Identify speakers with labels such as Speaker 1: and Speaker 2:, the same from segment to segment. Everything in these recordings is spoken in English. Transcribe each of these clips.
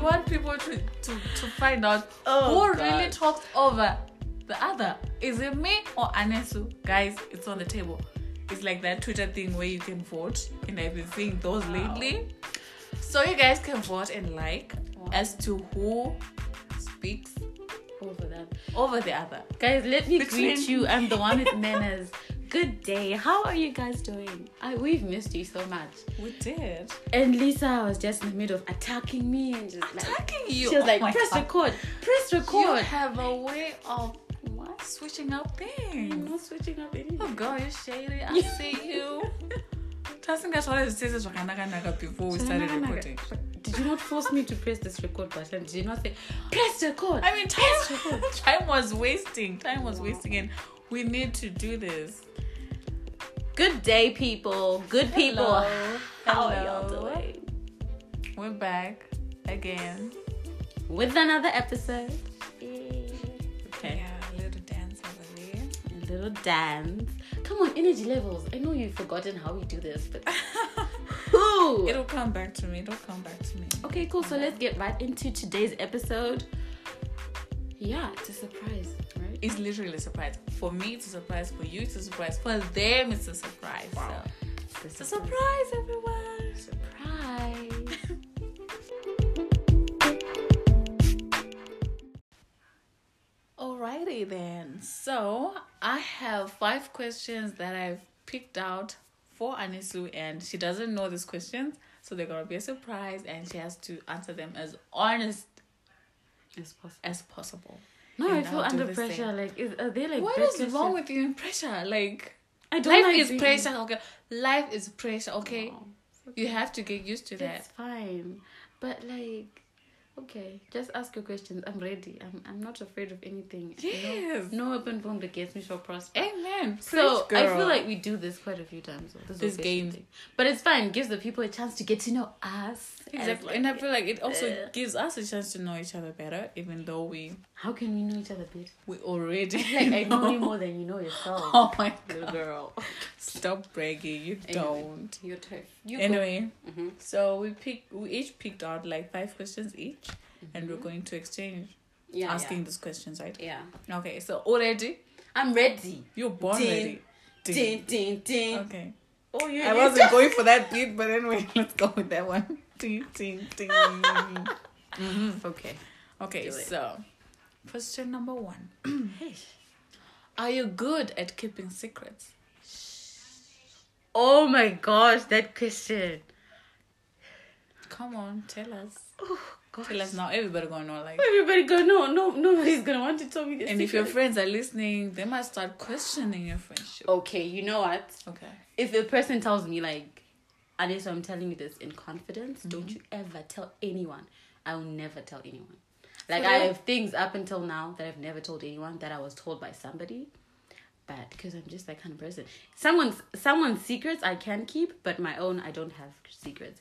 Speaker 1: want people to, to, to find out
Speaker 2: Oh,
Speaker 1: who
Speaker 2: God.
Speaker 1: really talks over the other. Is it me or Anesu? Guys, it's on the table. It's like that Twitter thing where you can vote, and I've been seeing those lately. So you guys can vote and like
Speaker 2: Wow.
Speaker 1: as to who speaks
Speaker 2: over that.
Speaker 1: over the other.
Speaker 2: Guys, let me
Speaker 1: Between-
Speaker 2: greet you. I'm the one with manners. Good day. How are you guys doing? I, we've missed you so much.
Speaker 1: We did.
Speaker 2: And Lisa was just in the middle of attacking me and just like
Speaker 1: Attacking you.
Speaker 2: she was
Speaker 1: Oh
Speaker 2: like
Speaker 1: my
Speaker 2: press
Speaker 1: God.
Speaker 2: record, press
Speaker 1: You
Speaker 2: record.
Speaker 1: have a way of
Speaker 2: What?
Speaker 1: switching up
Speaker 2: I'm
Speaker 1: things.
Speaker 2: not switching up
Speaker 1: Oh
Speaker 2: anything.
Speaker 1: girl, you're shady. I see you. tasingatsvara zvisese zvakanakanaka before we started recording
Speaker 2: Did you not force me to press this record button? Did you not say press record?
Speaker 1: i mean time, time was wasting time was wasting and we need to do this
Speaker 2: Good day, people. Good people.
Speaker 1: Hello.
Speaker 2: How are y'all
Speaker 1: Hello.
Speaker 2: doing?
Speaker 1: we're back again
Speaker 2: With another episode.
Speaker 1: okay yeah, a little dance over there
Speaker 2: A little dance. Come on, energy levels. I know you've forgotten how we do this, but Ooh.
Speaker 1: it'll come back to me it'll come back to me
Speaker 2: Okay, cool. So let's get right into today's episode. Yeah, it's a surprise, right?
Speaker 1: it's literally a surprise for me it's a surprise for you it's a surprise for them it's a surprise so
Speaker 2: It's
Speaker 1: it's a surprise everyone
Speaker 2: surprise.
Speaker 1: Alrighty then. So I have five questions that I've picked out for Anisu, and she doesn't know these questions, so they're gonna be a surprise, and she has to answer them as honest
Speaker 2: It's possible.
Speaker 1: as possible.
Speaker 2: No, I
Speaker 1: And
Speaker 2: feel
Speaker 1: I'll do
Speaker 2: under
Speaker 1: the
Speaker 2: pressure.
Speaker 1: same.
Speaker 2: Like, is, are they like?
Speaker 1: What
Speaker 2: bad
Speaker 1: is wrong
Speaker 2: questions?
Speaker 1: with you and pressure? Like,
Speaker 2: I don't
Speaker 1: life
Speaker 2: like
Speaker 1: is
Speaker 2: being-
Speaker 1: pressure. Okay, life is pressure. Okay,
Speaker 2: No,
Speaker 1: you have to get used to that.
Speaker 2: It's fine, but like, okay, just ask your questions. I'm ready. I'm I'm not afraid of anything. you know?
Speaker 1: Yes.
Speaker 2: No weapon formed against me shall prosper.
Speaker 1: Amen.
Speaker 2: So
Speaker 1: Preach,
Speaker 2: I
Speaker 1: girl.
Speaker 2: feel like we do this quite a few times. This,
Speaker 1: This
Speaker 2: whole
Speaker 1: game.
Speaker 2: game, thing. but it's fine. Gives the people a chance to get to know us. as,
Speaker 1: exactly,
Speaker 2: like,
Speaker 1: and I feel like it also
Speaker 2: uh,
Speaker 1: gives us a chance to know each other better, even though we
Speaker 2: how can we know each other better?
Speaker 1: we already
Speaker 2: Like I know you more than you know yourself,
Speaker 1: Oh my
Speaker 2: little girl.
Speaker 1: Stop bragging, you
Speaker 2: Anyway.
Speaker 1: don't.
Speaker 2: Your turn. You
Speaker 1: Anyway,
Speaker 2: go. hmm
Speaker 1: so we pick we each picked out like five questions each and we're going to exchange
Speaker 2: Mm-hmm. Yeah,
Speaker 1: asking these questions, right?
Speaker 2: Yeah. yeah.
Speaker 1: Okay, so already
Speaker 2: I'm ready.
Speaker 1: you're born
Speaker 2: Ding.
Speaker 1: ready. Ding.
Speaker 2: Ding ding ding.
Speaker 1: Okay.
Speaker 2: Oh, you.
Speaker 1: I wasn't going for that beat, but anyway, let's go with that one. Ding ding ding.
Speaker 2: Okay.
Speaker 1: Okay,
Speaker 2: Do it.
Speaker 1: so question number one.
Speaker 2: Hey.
Speaker 1: Are you good at keeping secrets?
Speaker 2: Oh my gosh, that question.
Speaker 1: Come on, tell us.
Speaker 2: Oh gosh.
Speaker 1: Tell us now. Everybody gonna know like
Speaker 2: Everybody go. No, no, nobody's gonna want to tell me this.
Speaker 1: And if your friends are listening, they might start questioning your friendship.
Speaker 2: okay, you know what?
Speaker 1: Okay.
Speaker 2: If a person tells me like, Adesso, I'm telling you this in confidence.
Speaker 1: Mm-hmm.
Speaker 2: Don't you ever tell anyone. I will never tell anyone. Like
Speaker 1: For
Speaker 2: I
Speaker 1: real?
Speaker 2: have things up until now that I've never told anyone that I was told by somebody. But because I'm just that kind of person, someone's someone's secrets I can keep, but my own I don't have secrets.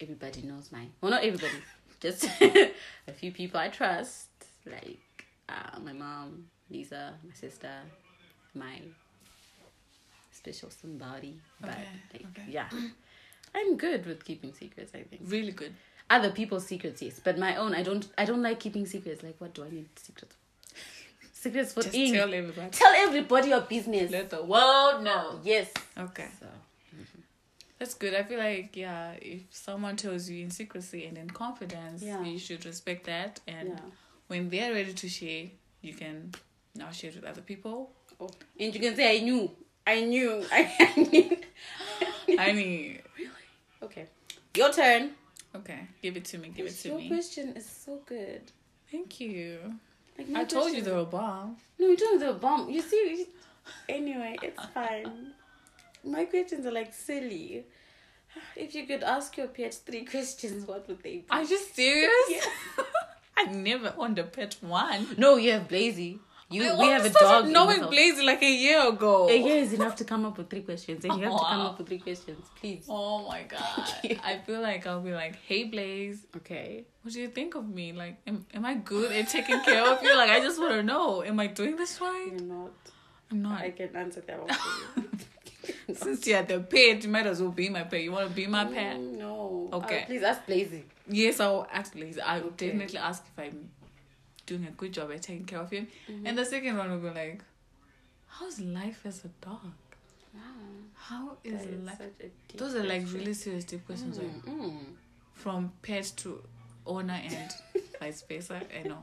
Speaker 2: Everybody knows mine. Well, not everybody, just a few people I trust, like uh, my mom, Lisa, my sister, my special somebody. But
Speaker 1: Okay,
Speaker 2: like,
Speaker 1: okay.
Speaker 2: yeah, I'm good with keeping secrets. I think
Speaker 1: Really good.
Speaker 2: other people's secrets, yes, but my own I don't. I don't like keeping secrets. Like, what do I need secrets? for? Secrets for
Speaker 1: Just
Speaker 2: ink.
Speaker 1: tell everybody.
Speaker 2: Tell everybody your business.
Speaker 1: Let the world know.
Speaker 2: Yes.
Speaker 1: Okay.
Speaker 2: So,
Speaker 1: That's good. I feel like yeah, if someone tells you in secrecy and in confidence,
Speaker 2: Yeah.
Speaker 1: you should respect that and
Speaker 2: yeah.
Speaker 1: when they're ready to share, you can now share it with other people.
Speaker 2: Oh. And you can say, I knew. I knew. I, I knew.
Speaker 1: I mean
Speaker 2: Okay. Your turn.
Speaker 1: okay, give it to me, give it to
Speaker 2: your
Speaker 1: me.
Speaker 2: question is so good.
Speaker 1: Thank you.
Speaker 2: Like
Speaker 1: I told you
Speaker 2: question-
Speaker 1: they were bomb.
Speaker 2: No, you don't have a bomb. You see. you- Anyway, it's fine. My questions are like silly. If you could ask your pet three questions, what would they be?
Speaker 1: Are you serious?
Speaker 2: Yeah.
Speaker 1: I never owned a pet one.
Speaker 2: No, you have Blazy. You,
Speaker 1: I
Speaker 2: we
Speaker 1: only
Speaker 2: have a
Speaker 1: started
Speaker 2: dog. in
Speaker 1: Knowing
Speaker 2: the house.
Speaker 1: Blazy like a year ago.
Speaker 2: A year is enough to come up with three questions, and you have to come
Speaker 1: Wow.
Speaker 2: up with three questions, please.
Speaker 1: Oh my god.
Speaker 2: you.
Speaker 1: I feel like I'll be like, hey Blaze,
Speaker 2: Okay.
Speaker 1: what do you think of me? Like, am, am I good at taking care of you? Like, I just want to know, am I doing this right?
Speaker 2: You're not.
Speaker 1: I'm not.
Speaker 2: I can answer that one for you.
Speaker 1: Since you're the pet, you might as well be my pet. You want to be my pet?
Speaker 2: Mm, No.
Speaker 1: Okay.
Speaker 2: please ask Blazy.
Speaker 1: Yes, I will ask Blaze. I will
Speaker 2: Okay.
Speaker 1: definitely ask if I'm doing a good job at taking care of him.
Speaker 2: Mm-hmm.
Speaker 1: And the second one will be like, how's life as a dog?
Speaker 2: Wow.
Speaker 1: How is
Speaker 2: that
Speaker 1: life?
Speaker 2: such a deep
Speaker 1: Those are like
Speaker 2: question.
Speaker 1: really serious deep questions. like,
Speaker 2: Mm, mm.
Speaker 1: from pet to owner and vice versa. I know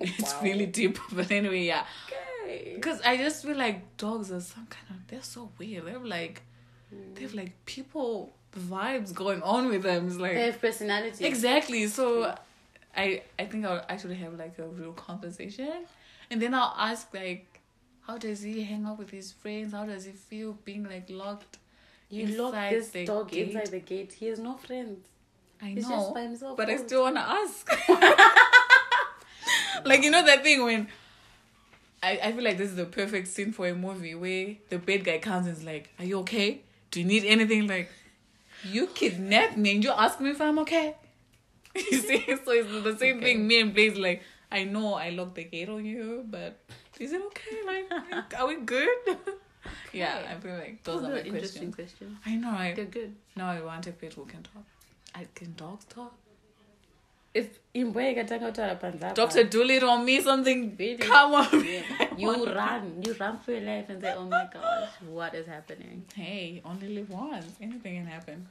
Speaker 1: it's
Speaker 2: Wow.
Speaker 1: really deep, but anyway, yeah.
Speaker 2: Okay.
Speaker 1: Because I just feel like dogs are some kind of they're so weird. They're like they have like people vibes going on with them. It's like
Speaker 2: They have personality.
Speaker 1: exactly. So I I think I'll actually have like a real conversation, and then I'll ask like. How does he hang out with his friends? How does he feel being like locked?
Speaker 2: you lock
Speaker 1: inside
Speaker 2: this
Speaker 1: the
Speaker 2: dog
Speaker 1: gate.
Speaker 2: inside the gate. He has no friends.
Speaker 1: I
Speaker 2: He's
Speaker 1: know.
Speaker 2: just by himself.
Speaker 1: but I
Speaker 2: Oh,
Speaker 1: still want to ask. like you know that thing when I, I feel like this is the perfect scene for a movie where the bad guy comes and is like, "Are you okay? Do you need anything?" Like, you kidnapped me and you ask me if I'm okay. you see, so it's the same
Speaker 2: Okay.
Speaker 1: thing. Me and Blaze like, I know I locked the gate on you, but is it okay? Like, are we good? yeah, I feel like those
Speaker 2: those
Speaker 1: are my
Speaker 2: are interesting
Speaker 1: questions.
Speaker 2: questions.
Speaker 1: I know,
Speaker 2: They're
Speaker 1: right?
Speaker 2: good.
Speaker 1: Now I want a pet who can talk. I can dogs talk.
Speaker 2: If e imbwa ikatanga kutaura panzapa,
Speaker 1: Doctor Doolittle, me something.
Speaker 2: Really?
Speaker 1: Come on.
Speaker 2: yeah, you run, you run for your life and say, "Oh my gosh, what is happening?"
Speaker 1: Hey, only live once. Anything can happen.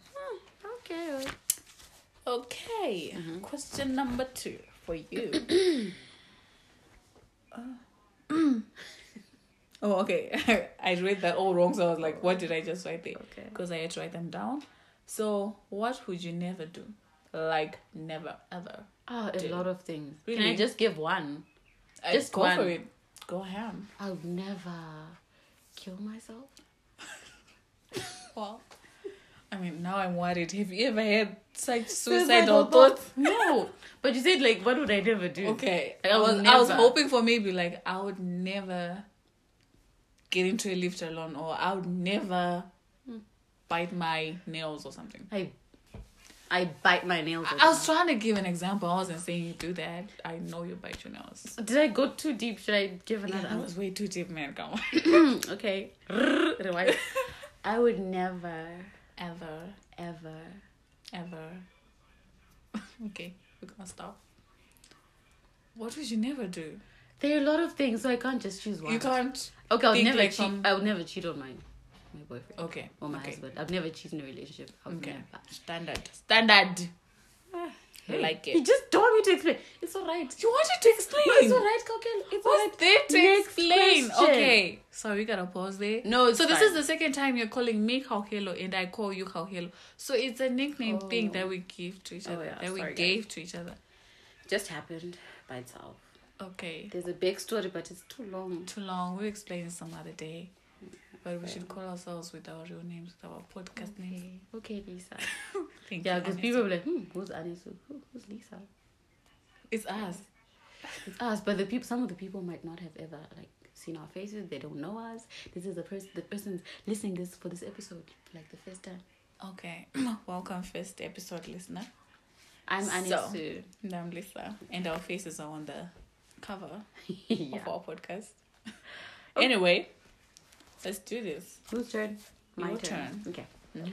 Speaker 2: Okay.
Speaker 1: Okay. Question number two for you. oh, okay. I read that all wrong, so I was like, what did I just write there?
Speaker 2: Okay.
Speaker 1: Because I had to write them down. So, what would you never do? Like, never, ever.
Speaker 2: Oh, a
Speaker 1: Dude.
Speaker 2: lot of things. Can
Speaker 1: Really?
Speaker 2: I just give one?
Speaker 1: Uh,
Speaker 2: Just
Speaker 1: go
Speaker 2: one.
Speaker 1: for it. Go ham.
Speaker 2: I would never kill myself.
Speaker 1: Well, I mean, now I'm worried. Have you ever had such suicidal
Speaker 2: Suicidal
Speaker 1: thoughts?
Speaker 2: thoughts.
Speaker 1: No.
Speaker 2: But you said like, what would I never do?
Speaker 1: Okay,
Speaker 2: I
Speaker 1: I was
Speaker 2: would
Speaker 1: I was
Speaker 2: never.
Speaker 1: hoping for maybe like I would never get into a lift alone, or I would never bite my nails or something.
Speaker 2: I I bite my nails.
Speaker 1: I,
Speaker 2: all
Speaker 1: I
Speaker 2: the
Speaker 1: was trying to give an example. I wasn't saying you do that. I know you bite your nails.
Speaker 2: time. Did I go too deep? Should I give
Speaker 1: Yeah,
Speaker 2: another?
Speaker 1: that was way too deep, man. Come on.
Speaker 2: answer? okay. Rewind. I would never,
Speaker 1: Ever,
Speaker 2: ever.
Speaker 1: ever. okay, we're gonna stop. What would you never do?
Speaker 2: There are a lot of things, so I can't just choose one.
Speaker 1: You can't.
Speaker 2: okay, I would
Speaker 1: think,
Speaker 2: never
Speaker 1: like,
Speaker 2: cheat.
Speaker 1: from-
Speaker 2: I would never cheat on my my boyfriend
Speaker 1: Okay.
Speaker 2: or my
Speaker 1: okay.
Speaker 2: husband. I've never cheated in a relationship. I would
Speaker 1: Okay.
Speaker 2: never.
Speaker 1: Standard. Standard. You like it.
Speaker 2: You just told me to explain. It's all right.
Speaker 1: You wanted to
Speaker 2: No,
Speaker 1: explain.
Speaker 2: it's all right, Kokel. It's all right.
Speaker 1: What's there to
Speaker 2: Next
Speaker 1: explain?
Speaker 2: question.
Speaker 1: Okay. So we gotta pause there.
Speaker 2: No, it's
Speaker 1: so this
Speaker 2: fine.
Speaker 1: is the second time you're calling me Kaukelo and I call you Kaukelo. So it's a nickname
Speaker 2: Oh.
Speaker 1: thing that we give to each
Speaker 2: Oh,
Speaker 1: other.
Speaker 2: yeah.
Speaker 1: That
Speaker 2: Sorry,
Speaker 1: we gave to each other.
Speaker 2: Just happened by itself.
Speaker 1: Okay.
Speaker 2: There's a big story, but it's too long.
Speaker 1: Too long. We'll explain it some other day. But we should call ourselves with our real names, with our podcast names.
Speaker 2: Okay, okay, Lisa.
Speaker 1: Thank
Speaker 2: Yeah,
Speaker 1: you,
Speaker 2: because
Speaker 1: Anis.
Speaker 2: people be like, hmm, who's Anisu? Who, who's Lisa?
Speaker 1: It's us.
Speaker 2: It's us, but the people, some of the people might not have ever like seen our faces. They don't know us. This is the person, the person's listening this for this episode, like the first time.
Speaker 1: Okay. Welcome first episode listener.
Speaker 2: I'm
Speaker 1: So.
Speaker 2: Anisu.
Speaker 1: And I'm Lisa. And our faces are on the cover.
Speaker 2: yeah.
Speaker 1: of our podcast. Anyway, let's do this.
Speaker 2: Whose turn? My
Speaker 1: Your
Speaker 2: turn. Mm-hmm.
Speaker 1: turn.
Speaker 2: Okay.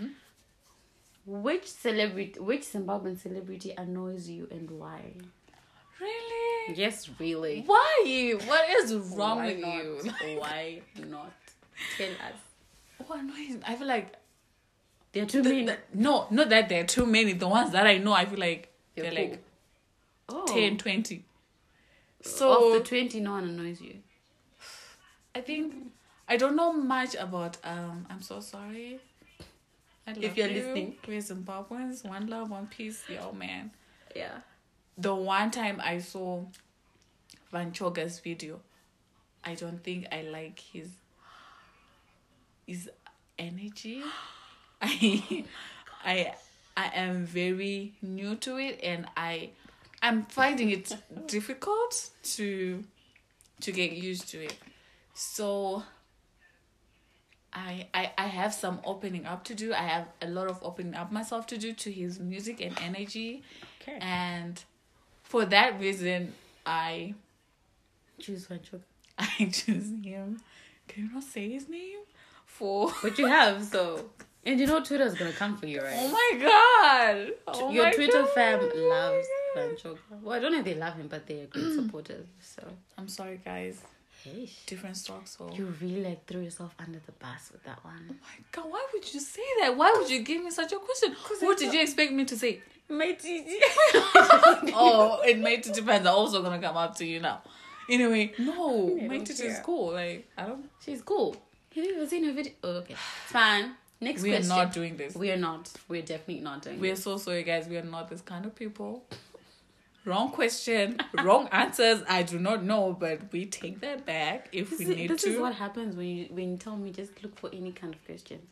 Speaker 2: Which celebrity? Which Zimbabwean celebrity annoys you and why?
Speaker 1: Really?
Speaker 2: Yes, really.
Speaker 1: Why? What is wrong with you?
Speaker 2: you? Why not? Tell us.
Speaker 1: Oh, annoying. I feel like
Speaker 2: There are too
Speaker 1: the-
Speaker 2: many.
Speaker 1: the- no, not that there are too many. The ones that I know, I feel like
Speaker 2: They're
Speaker 1: they're,
Speaker 2: cool.
Speaker 1: like
Speaker 2: oh.
Speaker 1: 10, 20.
Speaker 2: of
Speaker 1: So
Speaker 2: the twenty, no one annoys you.
Speaker 1: I think I don't know much about. Um, I'm so sorry. I love
Speaker 2: you're
Speaker 1: you.
Speaker 2: listening.
Speaker 1: we're Zimbabweans. One love, one peace, yo man.
Speaker 2: Yeah.
Speaker 1: the one time I saw Van Choga's video, I don't think I like his his energy. I I I am very new to it and I I'm finding it difficult to to get used to it. So I, I I have some opening up to do. I have a lot of opening up myself to do to his music and energy.
Speaker 2: Okay.
Speaker 1: And for that reason, I
Speaker 2: Choose one chocolate.
Speaker 1: I choose him. Can you not say his name? For
Speaker 2: But you have so And you know Twitter's gonna come for you,
Speaker 1: Oh
Speaker 2: right?
Speaker 1: my god! Oh
Speaker 2: Your
Speaker 1: my
Speaker 2: Twitter
Speaker 1: God.
Speaker 2: fam
Speaker 1: Oh my
Speaker 2: loves
Speaker 1: God.
Speaker 2: Sancho. Well, I don't know if they love him, but they are great supporters. So,
Speaker 1: I'm sorry, guys.
Speaker 2: hey,
Speaker 1: Different stocks. So.
Speaker 2: you really like threw yourself under the bus with that one.
Speaker 1: my god, why would you say that? Why would you give me such a question? What did you expect me to say?
Speaker 2: My Gigi.
Speaker 1: oh, and my titty pants are also gonna come up to you now. Anyway, no,
Speaker 2: I
Speaker 1: my
Speaker 2: don't
Speaker 1: titty is
Speaker 2: care.
Speaker 1: cool. Like I don't.
Speaker 2: She's cool. Have you ever seen her video? Oh, okay, it's fine. Next
Speaker 1: We are
Speaker 2: question.
Speaker 1: not doing this.
Speaker 2: we are not. We're definitely not doing.
Speaker 1: We are so sorry, guys. We are not this kind of people. Wrong question, wrong answers. I do not know, but we take that back if
Speaker 2: This,
Speaker 1: we
Speaker 2: is,
Speaker 1: need
Speaker 2: this
Speaker 1: to.
Speaker 2: is what happens when you when you tell me just look for any kind of questions.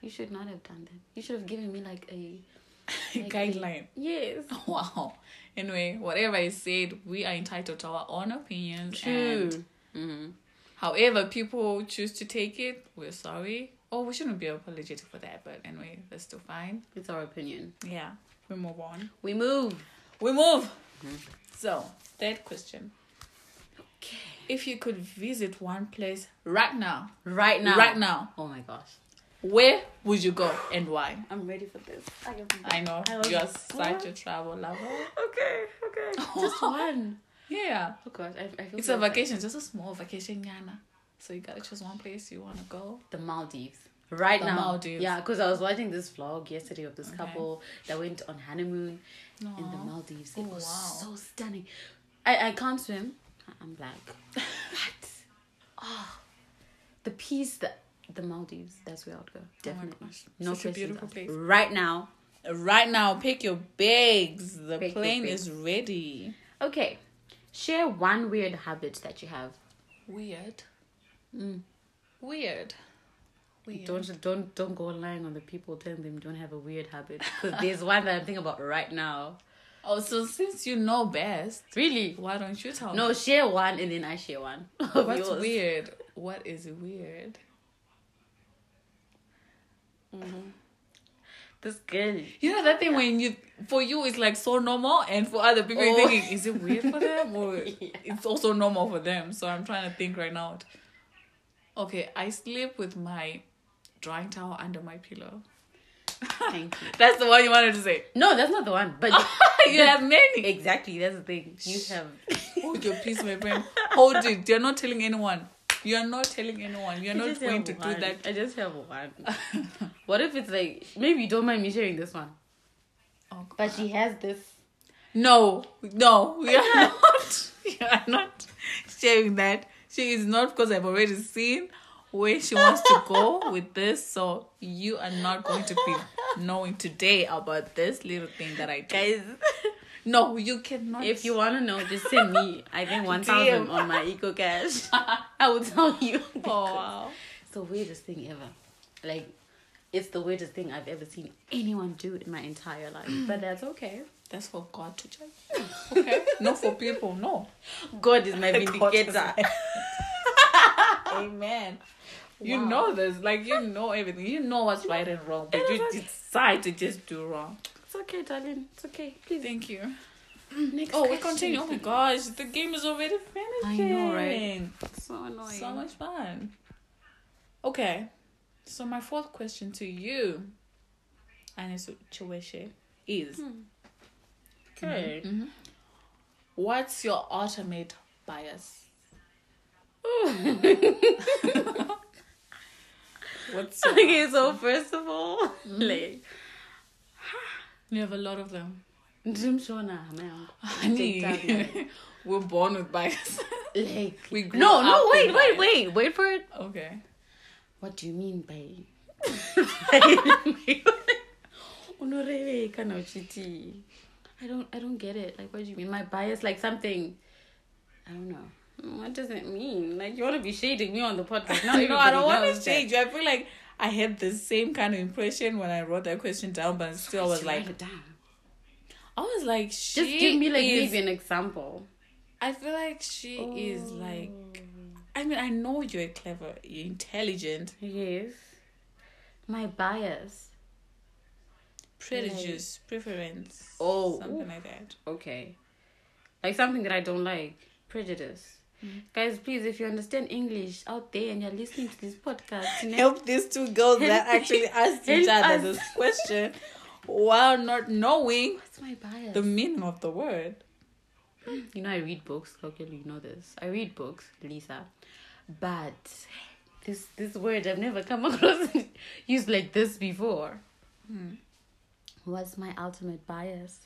Speaker 2: You should not have done that. You should have given me like a like a-
Speaker 1: Guideline.
Speaker 2: yes.
Speaker 1: Wow. Anyway, whatever I said, we are entitled to our own opinions. And
Speaker 2: True. Mm-hmm.
Speaker 1: however people choose to take it, we're sorry. Or we shouldn't be apologetic for that. But anyway, that's still fine.
Speaker 2: It's our opinion.
Speaker 1: Yeah, we move on.
Speaker 2: We move.
Speaker 1: We move.
Speaker 2: Mm-hmm.
Speaker 1: So, third question.
Speaker 2: Okay.
Speaker 1: If you could visit one place right now,
Speaker 2: Right now.
Speaker 1: right now,
Speaker 2: Oh my gosh.
Speaker 1: where would you go and why?
Speaker 2: I'm ready for this. I am
Speaker 1: I know
Speaker 2: I was-
Speaker 1: you're such a
Speaker 2: What?
Speaker 1: travel lover.
Speaker 2: Okay, okay. Just one.
Speaker 1: Yeah,
Speaker 2: Oh gosh, I, I feel
Speaker 1: it's
Speaker 2: so
Speaker 1: a
Speaker 2: excited.
Speaker 1: vacation, just a small vacation, Yana. So you gotta choose one place you wanna go.
Speaker 2: The Maldives. Right
Speaker 1: The
Speaker 2: now.
Speaker 1: Maldives.
Speaker 2: Yeah, because I was watching this vlog yesterday of this
Speaker 1: Okay.
Speaker 2: couple that went on honeymoon in the
Speaker 1: Aw.
Speaker 2: Maldives.
Speaker 1: Oh,
Speaker 2: It was
Speaker 1: wow.
Speaker 2: so stunning. I, I can't swim. I- I'm black. what? Oh, the peace, the, the Maldives. That's where I would go. Definitely.
Speaker 1: Oh gosh.
Speaker 2: No
Speaker 1: Such a
Speaker 2: questions
Speaker 1: beautiful
Speaker 2: asked.
Speaker 1: place.
Speaker 2: Right now.
Speaker 1: Right now, pick your bags. The
Speaker 2: Pick your
Speaker 1: plane
Speaker 2: bags.
Speaker 1: is ready.
Speaker 2: Okay. Share one weird habit that you have.
Speaker 1: Weird. Mm. Weird. Weird.
Speaker 2: Don't don't don't go lying on the people telling them don't have a weird habit because there's one that I'm thinking about right now.
Speaker 1: Oh, so since you know best,
Speaker 2: Really?
Speaker 1: why don't you tell me?
Speaker 2: No, share one and then I share one. of
Speaker 1: What's
Speaker 2: yours.
Speaker 1: weird? What is weird?
Speaker 2: This girl.
Speaker 1: You know that thing when you for you it's like so normal, and for other people you're
Speaker 2: Oh.
Speaker 1: thinking is it weird for them or
Speaker 2: Yeah.
Speaker 1: it's also normal for them. So I'm trying to think right now. Okay, I sleep with my drying towel under my pillow.
Speaker 2: Thank you.
Speaker 1: That's the one you wanted to say.
Speaker 2: No, that's not the one. But
Speaker 1: you have many.
Speaker 2: exactly, that's the thing. You have.
Speaker 1: Hold your peace, my friend. Hold it. You're not telling anyone. You're not telling anyone. You're
Speaker 2: I
Speaker 1: not
Speaker 2: just
Speaker 1: going
Speaker 2: have
Speaker 1: to do
Speaker 2: one.
Speaker 1: that.
Speaker 2: I just have one. what if it's like maybe you don't mind me sharing this one?
Speaker 1: Oh, God.
Speaker 2: But she has this.
Speaker 1: No, no, we are not. You are not sharing that. She is not because I've already seen where she wants to go with this. So you are not going to be knowing today about this little thing that I did.
Speaker 2: Guys,
Speaker 1: No, you cannot.
Speaker 2: if you want to know, just send me. I think one
Speaker 1: DM.
Speaker 2: thousand on my eco cash. I will tell you.
Speaker 1: Oh, wow.
Speaker 2: It's the weirdest thing ever. Like, it's the weirdest thing I've ever seen anyone do in my entire life. but that's okay.
Speaker 1: That's for God to judge. Okay. Not for people. No.
Speaker 2: God is my
Speaker 1: God is
Speaker 2: vindicator.
Speaker 1: Amen. You
Speaker 2: Wow.
Speaker 1: know this, like you know everything. You know what's right and wrong, but you decide to just do wrong.
Speaker 2: it's okay, darling. It's okay. Please.
Speaker 1: Thank you.
Speaker 2: Next
Speaker 1: Oh, we
Speaker 2: question,
Speaker 1: continue. Oh my
Speaker 2: please.
Speaker 1: gosh, the game is already finishing.
Speaker 2: I know, right? So annoying.
Speaker 1: So much fun. Okay, so my fourth question to you, Anesu Chiweshe, is
Speaker 2: okay.
Speaker 1: what's your ultimate bias? what's your,
Speaker 2: okay, so first of all, like,
Speaker 1: you have a lot of them.
Speaker 2: Jim Shona, man.
Speaker 1: Honey, we're born with bias.
Speaker 2: Like,
Speaker 1: We grew
Speaker 2: no,
Speaker 1: up
Speaker 2: no, wait,
Speaker 1: with
Speaker 2: wait,
Speaker 1: that.
Speaker 2: wait, wait for it.
Speaker 1: okay.
Speaker 2: What do you mean by? Unorele kana uchiti. I don't, I don't get it. Like, what do you mean? My bias, like something. I don't know. What does it mean? Like, you want to be shading me on the podcast? Now
Speaker 1: No, you know, I
Speaker 2: everybody
Speaker 1: don't want
Speaker 2: knows
Speaker 1: to
Speaker 2: that.
Speaker 1: change. I feel like I had the same kind of impression when I wrote that question down, but still I was
Speaker 2: Just
Speaker 1: like,
Speaker 2: write it down.
Speaker 1: I was like, she
Speaker 2: just give me like
Speaker 1: is,
Speaker 2: maybe an example.
Speaker 1: I feel like she
Speaker 2: Oh.
Speaker 1: is like, I mean, I know you're clever, you're intelligent,
Speaker 2: Oh. Yes. My bias.
Speaker 1: prejudice, preference,
Speaker 2: Oh,
Speaker 1: something
Speaker 2: ooh.
Speaker 1: like that.
Speaker 2: Okay. Like something that I don't like. Prejudice.
Speaker 1: Mm-hmm.
Speaker 2: Guys, please, if you understand English out there and you're listening to this podcast, you know,
Speaker 1: Help these two girls that
Speaker 2: Help-
Speaker 1: actually asked each
Speaker 2: help
Speaker 1: other
Speaker 2: us.
Speaker 1: this question while not knowing
Speaker 2: what's my bias?
Speaker 1: the meaning of the word.
Speaker 2: you know, I read books. Okay, you know this. I read books, Lisa, but this this word I've never come across it used like this before.
Speaker 1: Hmm.
Speaker 2: What's my ultimate bias?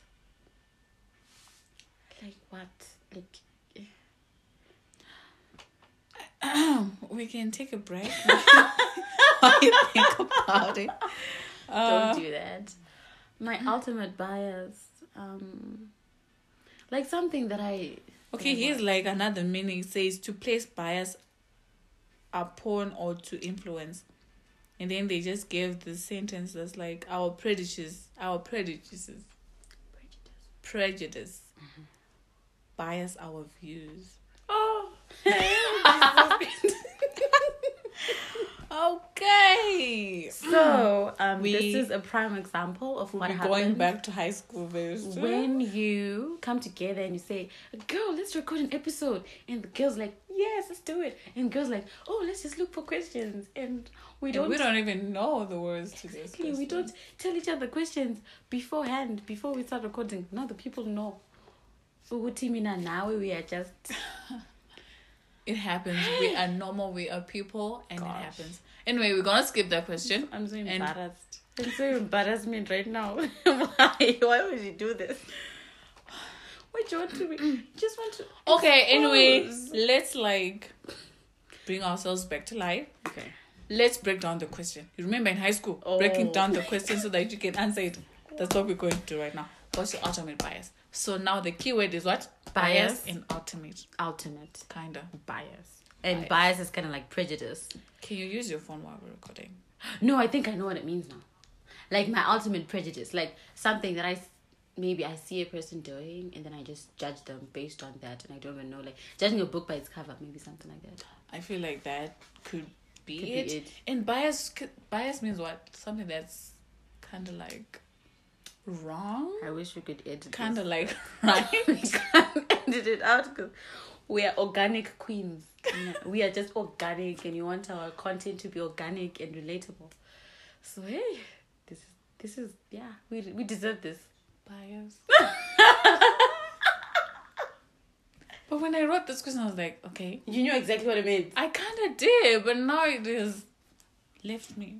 Speaker 2: Like what? Like
Speaker 1: we can take a break. I think about it. Uh,
Speaker 2: don't do that. My ultimate bias, um, like something that I
Speaker 1: okay, here's like another meaning it says to place bias upon or to influence. And then they just gave the sentence that's like our prejudices, our prejudices, prejudice,
Speaker 2: Mm-hmm.
Speaker 1: bias our views. Oh, okay.
Speaker 2: so um,
Speaker 1: We-
Speaker 2: this is a prime example of what
Speaker 1: We're
Speaker 2: happens
Speaker 1: going back to high school very soon.
Speaker 2: when you come together and you say, "Girl, let's record an episode," and the girls like, "Yes, let's do it," and girls like, "Oh, let's just look for questions," and we
Speaker 1: And
Speaker 2: don't
Speaker 1: we don't even know the words to this.
Speaker 2: exactly we don't tell each other questions beforehand before we start recording. Now the people know. Ukuthi mina nawe we are just
Speaker 1: It happens. We are normal. We are people, and it
Speaker 2: Gosh.
Speaker 1: happens. Anyway, we're gonna skip that question.
Speaker 2: I'm so
Speaker 1: And-
Speaker 2: embarrassed. I'm so embarrassment right now. Why? Why would you do this? Why do you want to be? Just want to.
Speaker 1: Okay. Anyway,
Speaker 2: Expose.
Speaker 1: let's like bring ourselves back to life.
Speaker 2: Okay.
Speaker 1: Let's break down the question. You remember in high school, breaking
Speaker 2: Oh.
Speaker 1: down the question so that you can answer it. That's what we're going to do right now. What's your ultimate bias? So now the keyword is what?
Speaker 2: Bias.
Speaker 1: and ultimate,
Speaker 2: Ultimate
Speaker 1: kinda.
Speaker 2: bias. And bias is kind of like prejudice.
Speaker 1: Can you use your phone while we're recording?
Speaker 2: No, I think I know what it means now. Like my ultimate prejudice, like something that I s- maybe I see a person doing and then I just judge them based on that and I don't even know like judging a book by its cover, maybe something like that.
Speaker 1: I feel like that could be,
Speaker 2: Could be
Speaker 1: it.
Speaker 2: it.
Speaker 1: And bias c- bias means what? Something that's kind of like wrong,
Speaker 2: I wish we could edit
Speaker 1: kind of like right.
Speaker 2: edit it out because we are organic queens. You know, we are just organic, and you want our content to be organic and relatable. So hey, this is this is yeah, we we deserve this.
Speaker 1: bias. but when I wrote this question, I was like, okay,
Speaker 2: You knew exactly what I meant.
Speaker 1: I kind of did, but now it has left me.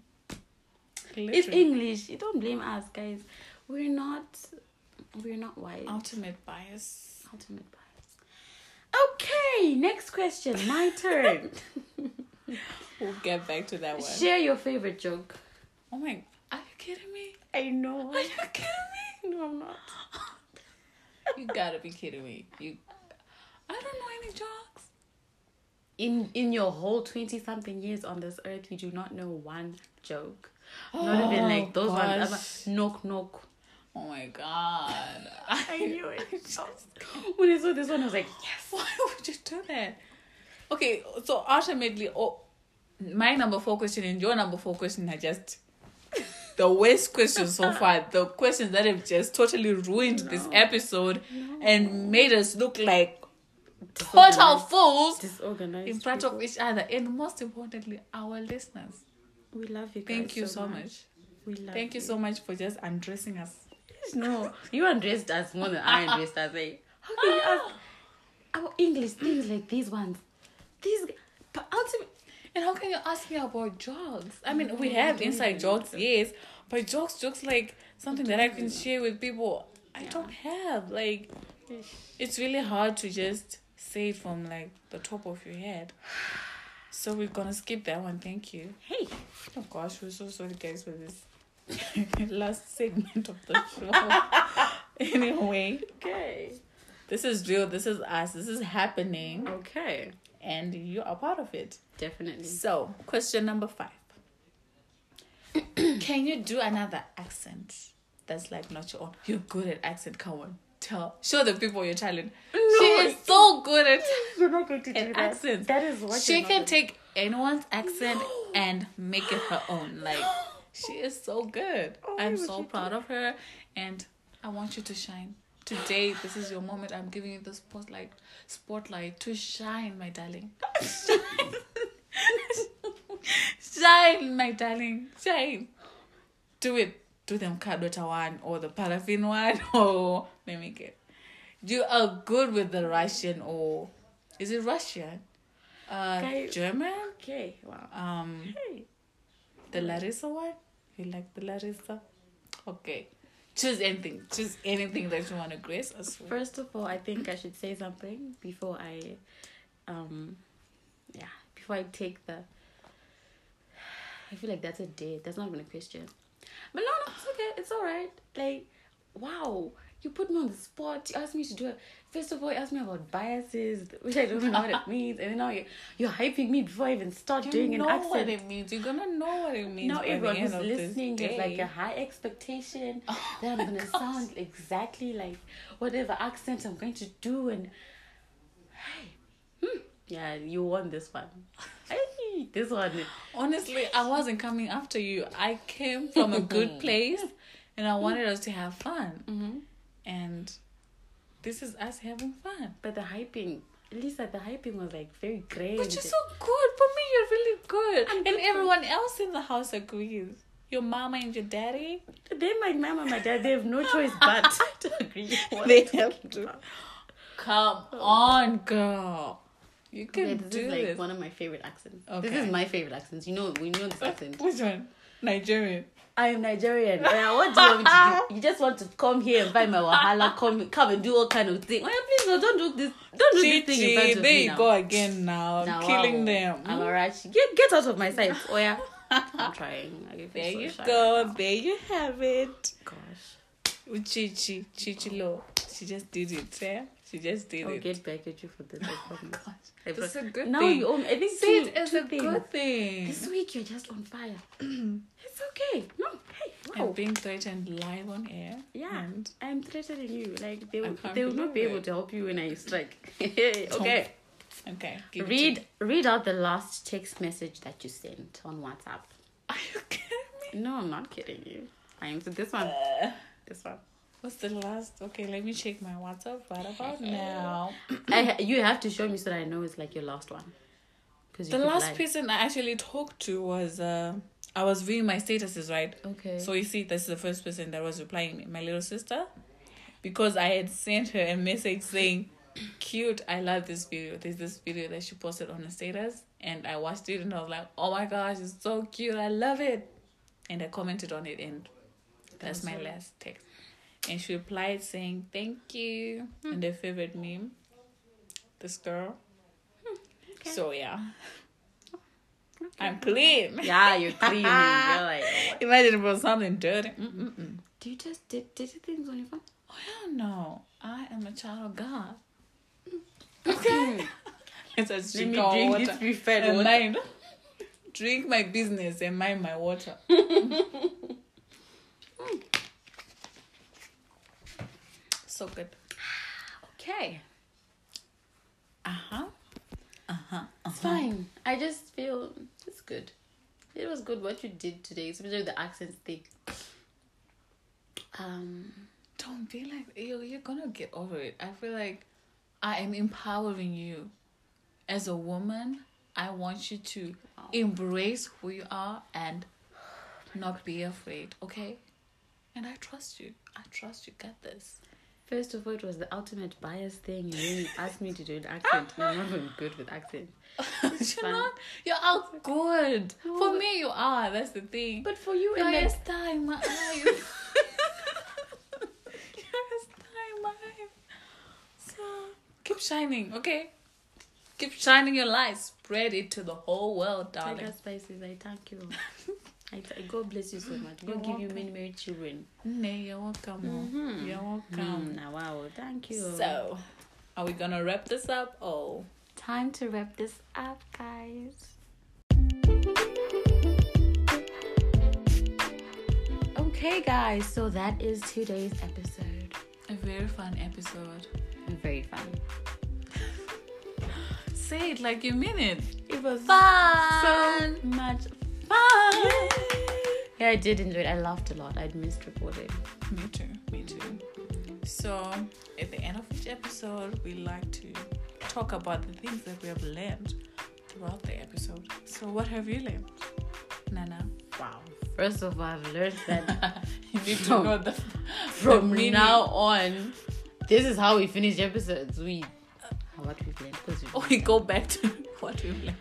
Speaker 2: It's
Speaker 1: Literally.
Speaker 2: English. You don't blame us, guys. We're not we're not white.
Speaker 1: ultimate bias.
Speaker 2: Ultimate bias. Okay, next question. My turn.
Speaker 1: We'll get back to that one.
Speaker 2: Share your favorite joke.
Speaker 1: Oh my! Are you kidding me?
Speaker 2: I know.
Speaker 1: Are you kidding me?
Speaker 2: No, I'm not.
Speaker 1: You gotta be kidding me. You I don't know any jokes.
Speaker 2: in in your whole 20 something years on this earth you do not know one joke not even like those ones I'm
Speaker 1: gosh.
Speaker 2: like, knock knock
Speaker 1: Oh my god. I
Speaker 2: knew it. Oh.
Speaker 1: just,
Speaker 2: when i saw this one i was like yes
Speaker 1: why would you do that? Okay, so ultimately oh, my number four question and your number four question are just the worst questions so far. The questions that have just totally ruined this episode and made us look like total
Speaker 2: Disorganized-
Speaker 1: fools
Speaker 2: disorganized
Speaker 1: in front of
Speaker 2: people.
Speaker 1: each other and most importantly our listeners.
Speaker 2: we love you guys
Speaker 1: Thank you so much.
Speaker 2: we love
Speaker 1: Thank you so much for just undressing us.
Speaker 2: much no you undressed us more than i undressed us eh? how can you ask our english things like these ones these but ultimately
Speaker 1: And how can you ask me about jokes? I mean, we have inside jokes, yes, but jokes, jokes like something that I can share with people. I don't have like. It's really hard to just say it from like the top of your head. So we're gonna skip that one. Thank you.
Speaker 2: hey
Speaker 1: Oh gosh, we're so sorry, guys, for this last segment of the show. anyway,
Speaker 2: okay
Speaker 1: this is real. This is us. This is happening,
Speaker 2: okay
Speaker 1: and you are part of it.
Speaker 2: definitely
Speaker 1: So, question number five. Can you do another accent that's like not your own? You're good at accent. Come on, tell, show the people your talent. she is so good at,
Speaker 2: you're not going to
Speaker 1: at accents.
Speaker 2: that is what
Speaker 1: she can take anyone's accent and make it her own. Like she is so good.
Speaker 2: Oh, why
Speaker 1: I'm
Speaker 2: would
Speaker 1: so
Speaker 2: you do
Speaker 1: proud of her, and I want you to shine. Today, this is your moment. I'm giving you the spotlight, spotlight to shine, my darling. shine, my darling, shine. Do it. Do them Kadota one or the paraffin one or let me get. You are good with the Russian or is it Russian? Uh,
Speaker 2: Guys.
Speaker 1: German.
Speaker 2: Okay. Wow.
Speaker 1: Um,
Speaker 2: Hey.
Speaker 1: the Larissa one. You like the Larissa? Okay. Choose anything. Choose anything that you want to grace us with.
Speaker 2: First of all, I think I should say something before I, um, yeah, before I take the. I feel like that's a date. That's not even a question. But no, no, it's okay. It's all right. Like, wow, you put me on the spot. You asked me to do it. First of all, you asked me about biases, which I don't even know what it means. And then now you're, you're hyping me before I even start doing
Speaker 1: you
Speaker 2: an
Speaker 1: know
Speaker 2: accent.
Speaker 1: what it means. You're gonna know what it means.
Speaker 2: Now
Speaker 1: by the
Speaker 2: everyone
Speaker 1: end
Speaker 2: who's
Speaker 1: of this
Speaker 2: listening has
Speaker 1: day.
Speaker 2: like a high expectation
Speaker 1: Oh
Speaker 2: that I'm
Speaker 1: my
Speaker 2: gonna
Speaker 1: gosh.
Speaker 2: sound exactly like whatever accent I'm going to do and hey hmm, yeah you won this one hey this one
Speaker 1: Honestly, I wasn't coming after you. I came from a good place, and I wanted us to have fun.
Speaker 2: mm-hmm.
Speaker 1: And this is us having fun.
Speaker 2: but the hyping Lisa the hyping was like very great
Speaker 1: But you're so good. For me, you're really good.
Speaker 2: I'm
Speaker 1: and
Speaker 2: good for-
Speaker 1: everyone else in the house agrees. Your mama and your daddy.
Speaker 2: then my mom and my dad they have no choice but to agree with what
Speaker 1: They
Speaker 2: I'm
Speaker 1: have
Speaker 2: talking
Speaker 1: to.
Speaker 2: about.
Speaker 1: Come on, girl. You can
Speaker 2: Okay, this
Speaker 1: do
Speaker 2: is like
Speaker 1: this.
Speaker 2: one of my favorite accents this
Speaker 1: Okay.
Speaker 2: is my favorite accents you know we know this accent
Speaker 1: Which one? Nigerian.
Speaker 2: I am Nigerian. And what do you want me to do? You just want to come here and buy my wahala, come come and do all kind of thing. Well, please no, don't do this. Don't do this thing in front
Speaker 1: Chichi,
Speaker 2: of
Speaker 1: there
Speaker 2: me
Speaker 1: you
Speaker 2: now.
Speaker 1: go again now.
Speaker 2: Now,
Speaker 1: killing
Speaker 2: wow.
Speaker 1: them.
Speaker 2: I'm Arachi. Get get out of my sight. Oh yeah. I'm trying. I feel
Speaker 1: There
Speaker 2: so
Speaker 1: you
Speaker 2: shy
Speaker 1: go.
Speaker 2: now.
Speaker 1: There you have it.
Speaker 2: Gosh.
Speaker 1: Uchichi, Chichilo. She just did it. Yeah? She just did
Speaker 2: I'll
Speaker 1: it.
Speaker 2: get back at you for this. I promise.
Speaker 1: Gosh.
Speaker 2: I
Speaker 1: It's a
Speaker 2: promise.
Speaker 1: good
Speaker 2: now
Speaker 1: thing.
Speaker 2: you own. I think
Speaker 1: See,
Speaker 2: two,
Speaker 1: it is
Speaker 2: two
Speaker 1: a
Speaker 2: things.
Speaker 1: good thing.
Speaker 2: This week you're just on fire. it's okay. No. Hey. Wow.
Speaker 1: And being threatened live on air.
Speaker 2: Yeah,
Speaker 1: And
Speaker 2: I'm threatening you. Like they
Speaker 1: I
Speaker 2: will,
Speaker 1: can't
Speaker 2: they will not be
Speaker 1: believe
Speaker 2: able
Speaker 1: it.
Speaker 2: to help you when I strike. okay.
Speaker 1: okay. give it to me.
Speaker 2: Read read out the last text message that you sent on WhatsApp.
Speaker 1: Are you kidding me?
Speaker 2: No, I'm not kidding you. I am so this one.
Speaker 1: Uh,
Speaker 2: This one.
Speaker 1: what's the last? Okay, let me check my WhatsApp right about now.
Speaker 2: I, you have to show me so that I know it's like your last one. Because
Speaker 1: The last person I actually talked to was uh, I was viewing my statuses, right?
Speaker 2: Okay.
Speaker 1: So you see, this is the first person that was replying me, my little sister, because I had sent her a message saying, "Cute, I love this video. There's this video that she posted on her status, and I watched it, and I was like, oh my gosh, it's so cute. I love it." And I commented on it, and that's my last text. And she replied saying, "Thank you,"
Speaker 2: Hmm.
Speaker 1: and her favorite meme, this girl.
Speaker 2: Hmm. okay.
Speaker 1: So yeah, I'm clean.
Speaker 2: yeah, you're cleaning. you're like,
Speaker 1: Imagine if it was something dirty. Mm. Mm-mm-mm.
Speaker 2: do you just did did things on your phone?
Speaker 1: Oh hell no! I am a child of God.
Speaker 2: Okay.
Speaker 1: It's a
Speaker 2: Let me
Speaker 1: drink our
Speaker 2: drink
Speaker 1: water.
Speaker 2: this refired
Speaker 1: and
Speaker 2: water.
Speaker 1: mind, drink my business and mind my water. so good.
Speaker 2: Okay.
Speaker 1: Uh huh.
Speaker 2: It's
Speaker 1: Uh-huh.
Speaker 2: fine. I just feel it's good. It was good what you did today, especially the accents thing. Um
Speaker 1: Don't be like you. You're gonna get over it. I feel like I am empowering you as a woman. I want you to embrace who you are and not be afraid. Okay, and I trust you. I trust you. Got this.
Speaker 2: First of all, it was the ultimate bias thing, and then you asked me to do an accent. and I'm not even good with accents.
Speaker 1: you're
Speaker 2: fine.
Speaker 1: not. You're out good. For
Speaker 2: No.
Speaker 1: me, you are. That's the thing.
Speaker 2: But for you,
Speaker 1: you're
Speaker 2: and
Speaker 1: a
Speaker 2: like,
Speaker 1: star in my eyes. you're a star in my eyes. So keep shining, okay? Keep shining your light. Spread it to the whole world, darling.
Speaker 2: tiger spices, I thank you. I th- God bless you so much. God give you many, many children.
Speaker 1: Nay,
Speaker 2: Mm-hmm.
Speaker 1: you're welcome. oh. You're welcome.
Speaker 2: Mm, now, wow, thank you.
Speaker 1: So, are we gonna wrap this up? Oh.
Speaker 2: time to wrap this up, guys. Okay, guys, so that is today's episode.
Speaker 1: A very fun episode.
Speaker 2: Very fun.
Speaker 1: Say it like you mean it.
Speaker 2: It was
Speaker 1: Fun.
Speaker 2: so much
Speaker 1: fun.
Speaker 2: Yeah, I did enjoy it. I laughed a lot. I'd missed recording.
Speaker 1: Me too. Me too. So, at the end of each episode, we like to talk about the things that we have learned throughout the episode. So, what have you learned, Nana?
Speaker 2: Wow. First of all, I've learned that
Speaker 1: You need to
Speaker 2: From-
Speaker 1: know the
Speaker 2: from
Speaker 1: the meaning.
Speaker 2: now on, this is how we finish episodes. We what we've learned because
Speaker 1: Oh, we go back to what we've learned.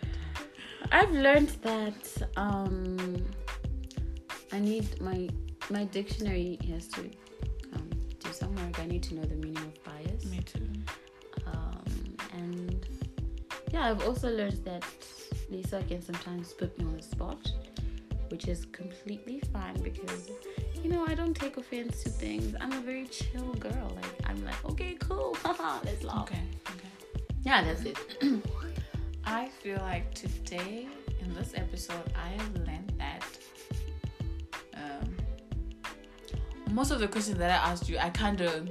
Speaker 2: I've learned that um, I need my my dictionary has to um, do some work. I need to know the meaning of bias.
Speaker 1: Me too.
Speaker 2: Um, and yeah, I've also learned that Lisa can sometimes put me on the spot, which is completely fine because you know I don't take offense to things. I'm a very chill girl. Like I'm like, okay, cool, haha, let's laugh.
Speaker 1: Okay. Okay.
Speaker 2: Yeah, that's it.
Speaker 1: I feel like today in this episode, I have learned that um, most of the questions that I asked you, I kind of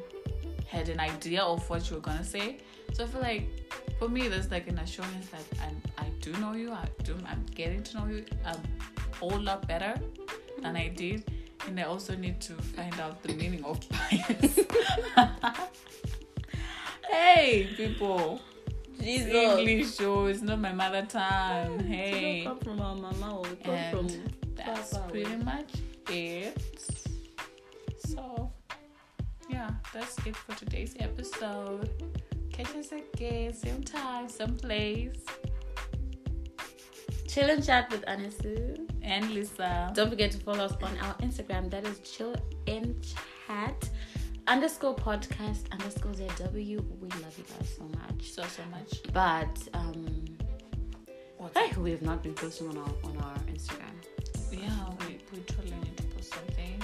Speaker 1: had an idea of what you were gonna say. So I feel like for me, there's like an assurance that I, I do know you. I do. I'm getting to know you um, a whole lot better than I did, and I also need to find out the meaning of bias. hey, people.
Speaker 2: Jesus.
Speaker 1: English show is not my mother tongue.
Speaker 2: We
Speaker 1: Hey,
Speaker 2: don't come from our mama or we come
Speaker 1: and
Speaker 2: from
Speaker 1: that's
Speaker 2: Papa.
Speaker 1: pretty much it. So, yeah, that's it for today's episode. Catch us again, same time, same place.
Speaker 2: Chill and Chat with Anisu.
Speaker 1: And Lisa.
Speaker 2: Don't forget to follow us on our Instagram. That is Chill and Chat underscore podcast underscore ZW. We love you guys so much.
Speaker 1: So so much.
Speaker 2: But um,
Speaker 1: What's
Speaker 2: hey, we have not been posting on our on our Instagram.
Speaker 1: Yeah, we we totally need to post something.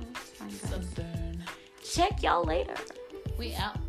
Speaker 2: Oh, it's fine, guys.
Speaker 1: Something.
Speaker 2: Check y'all later.
Speaker 1: We out.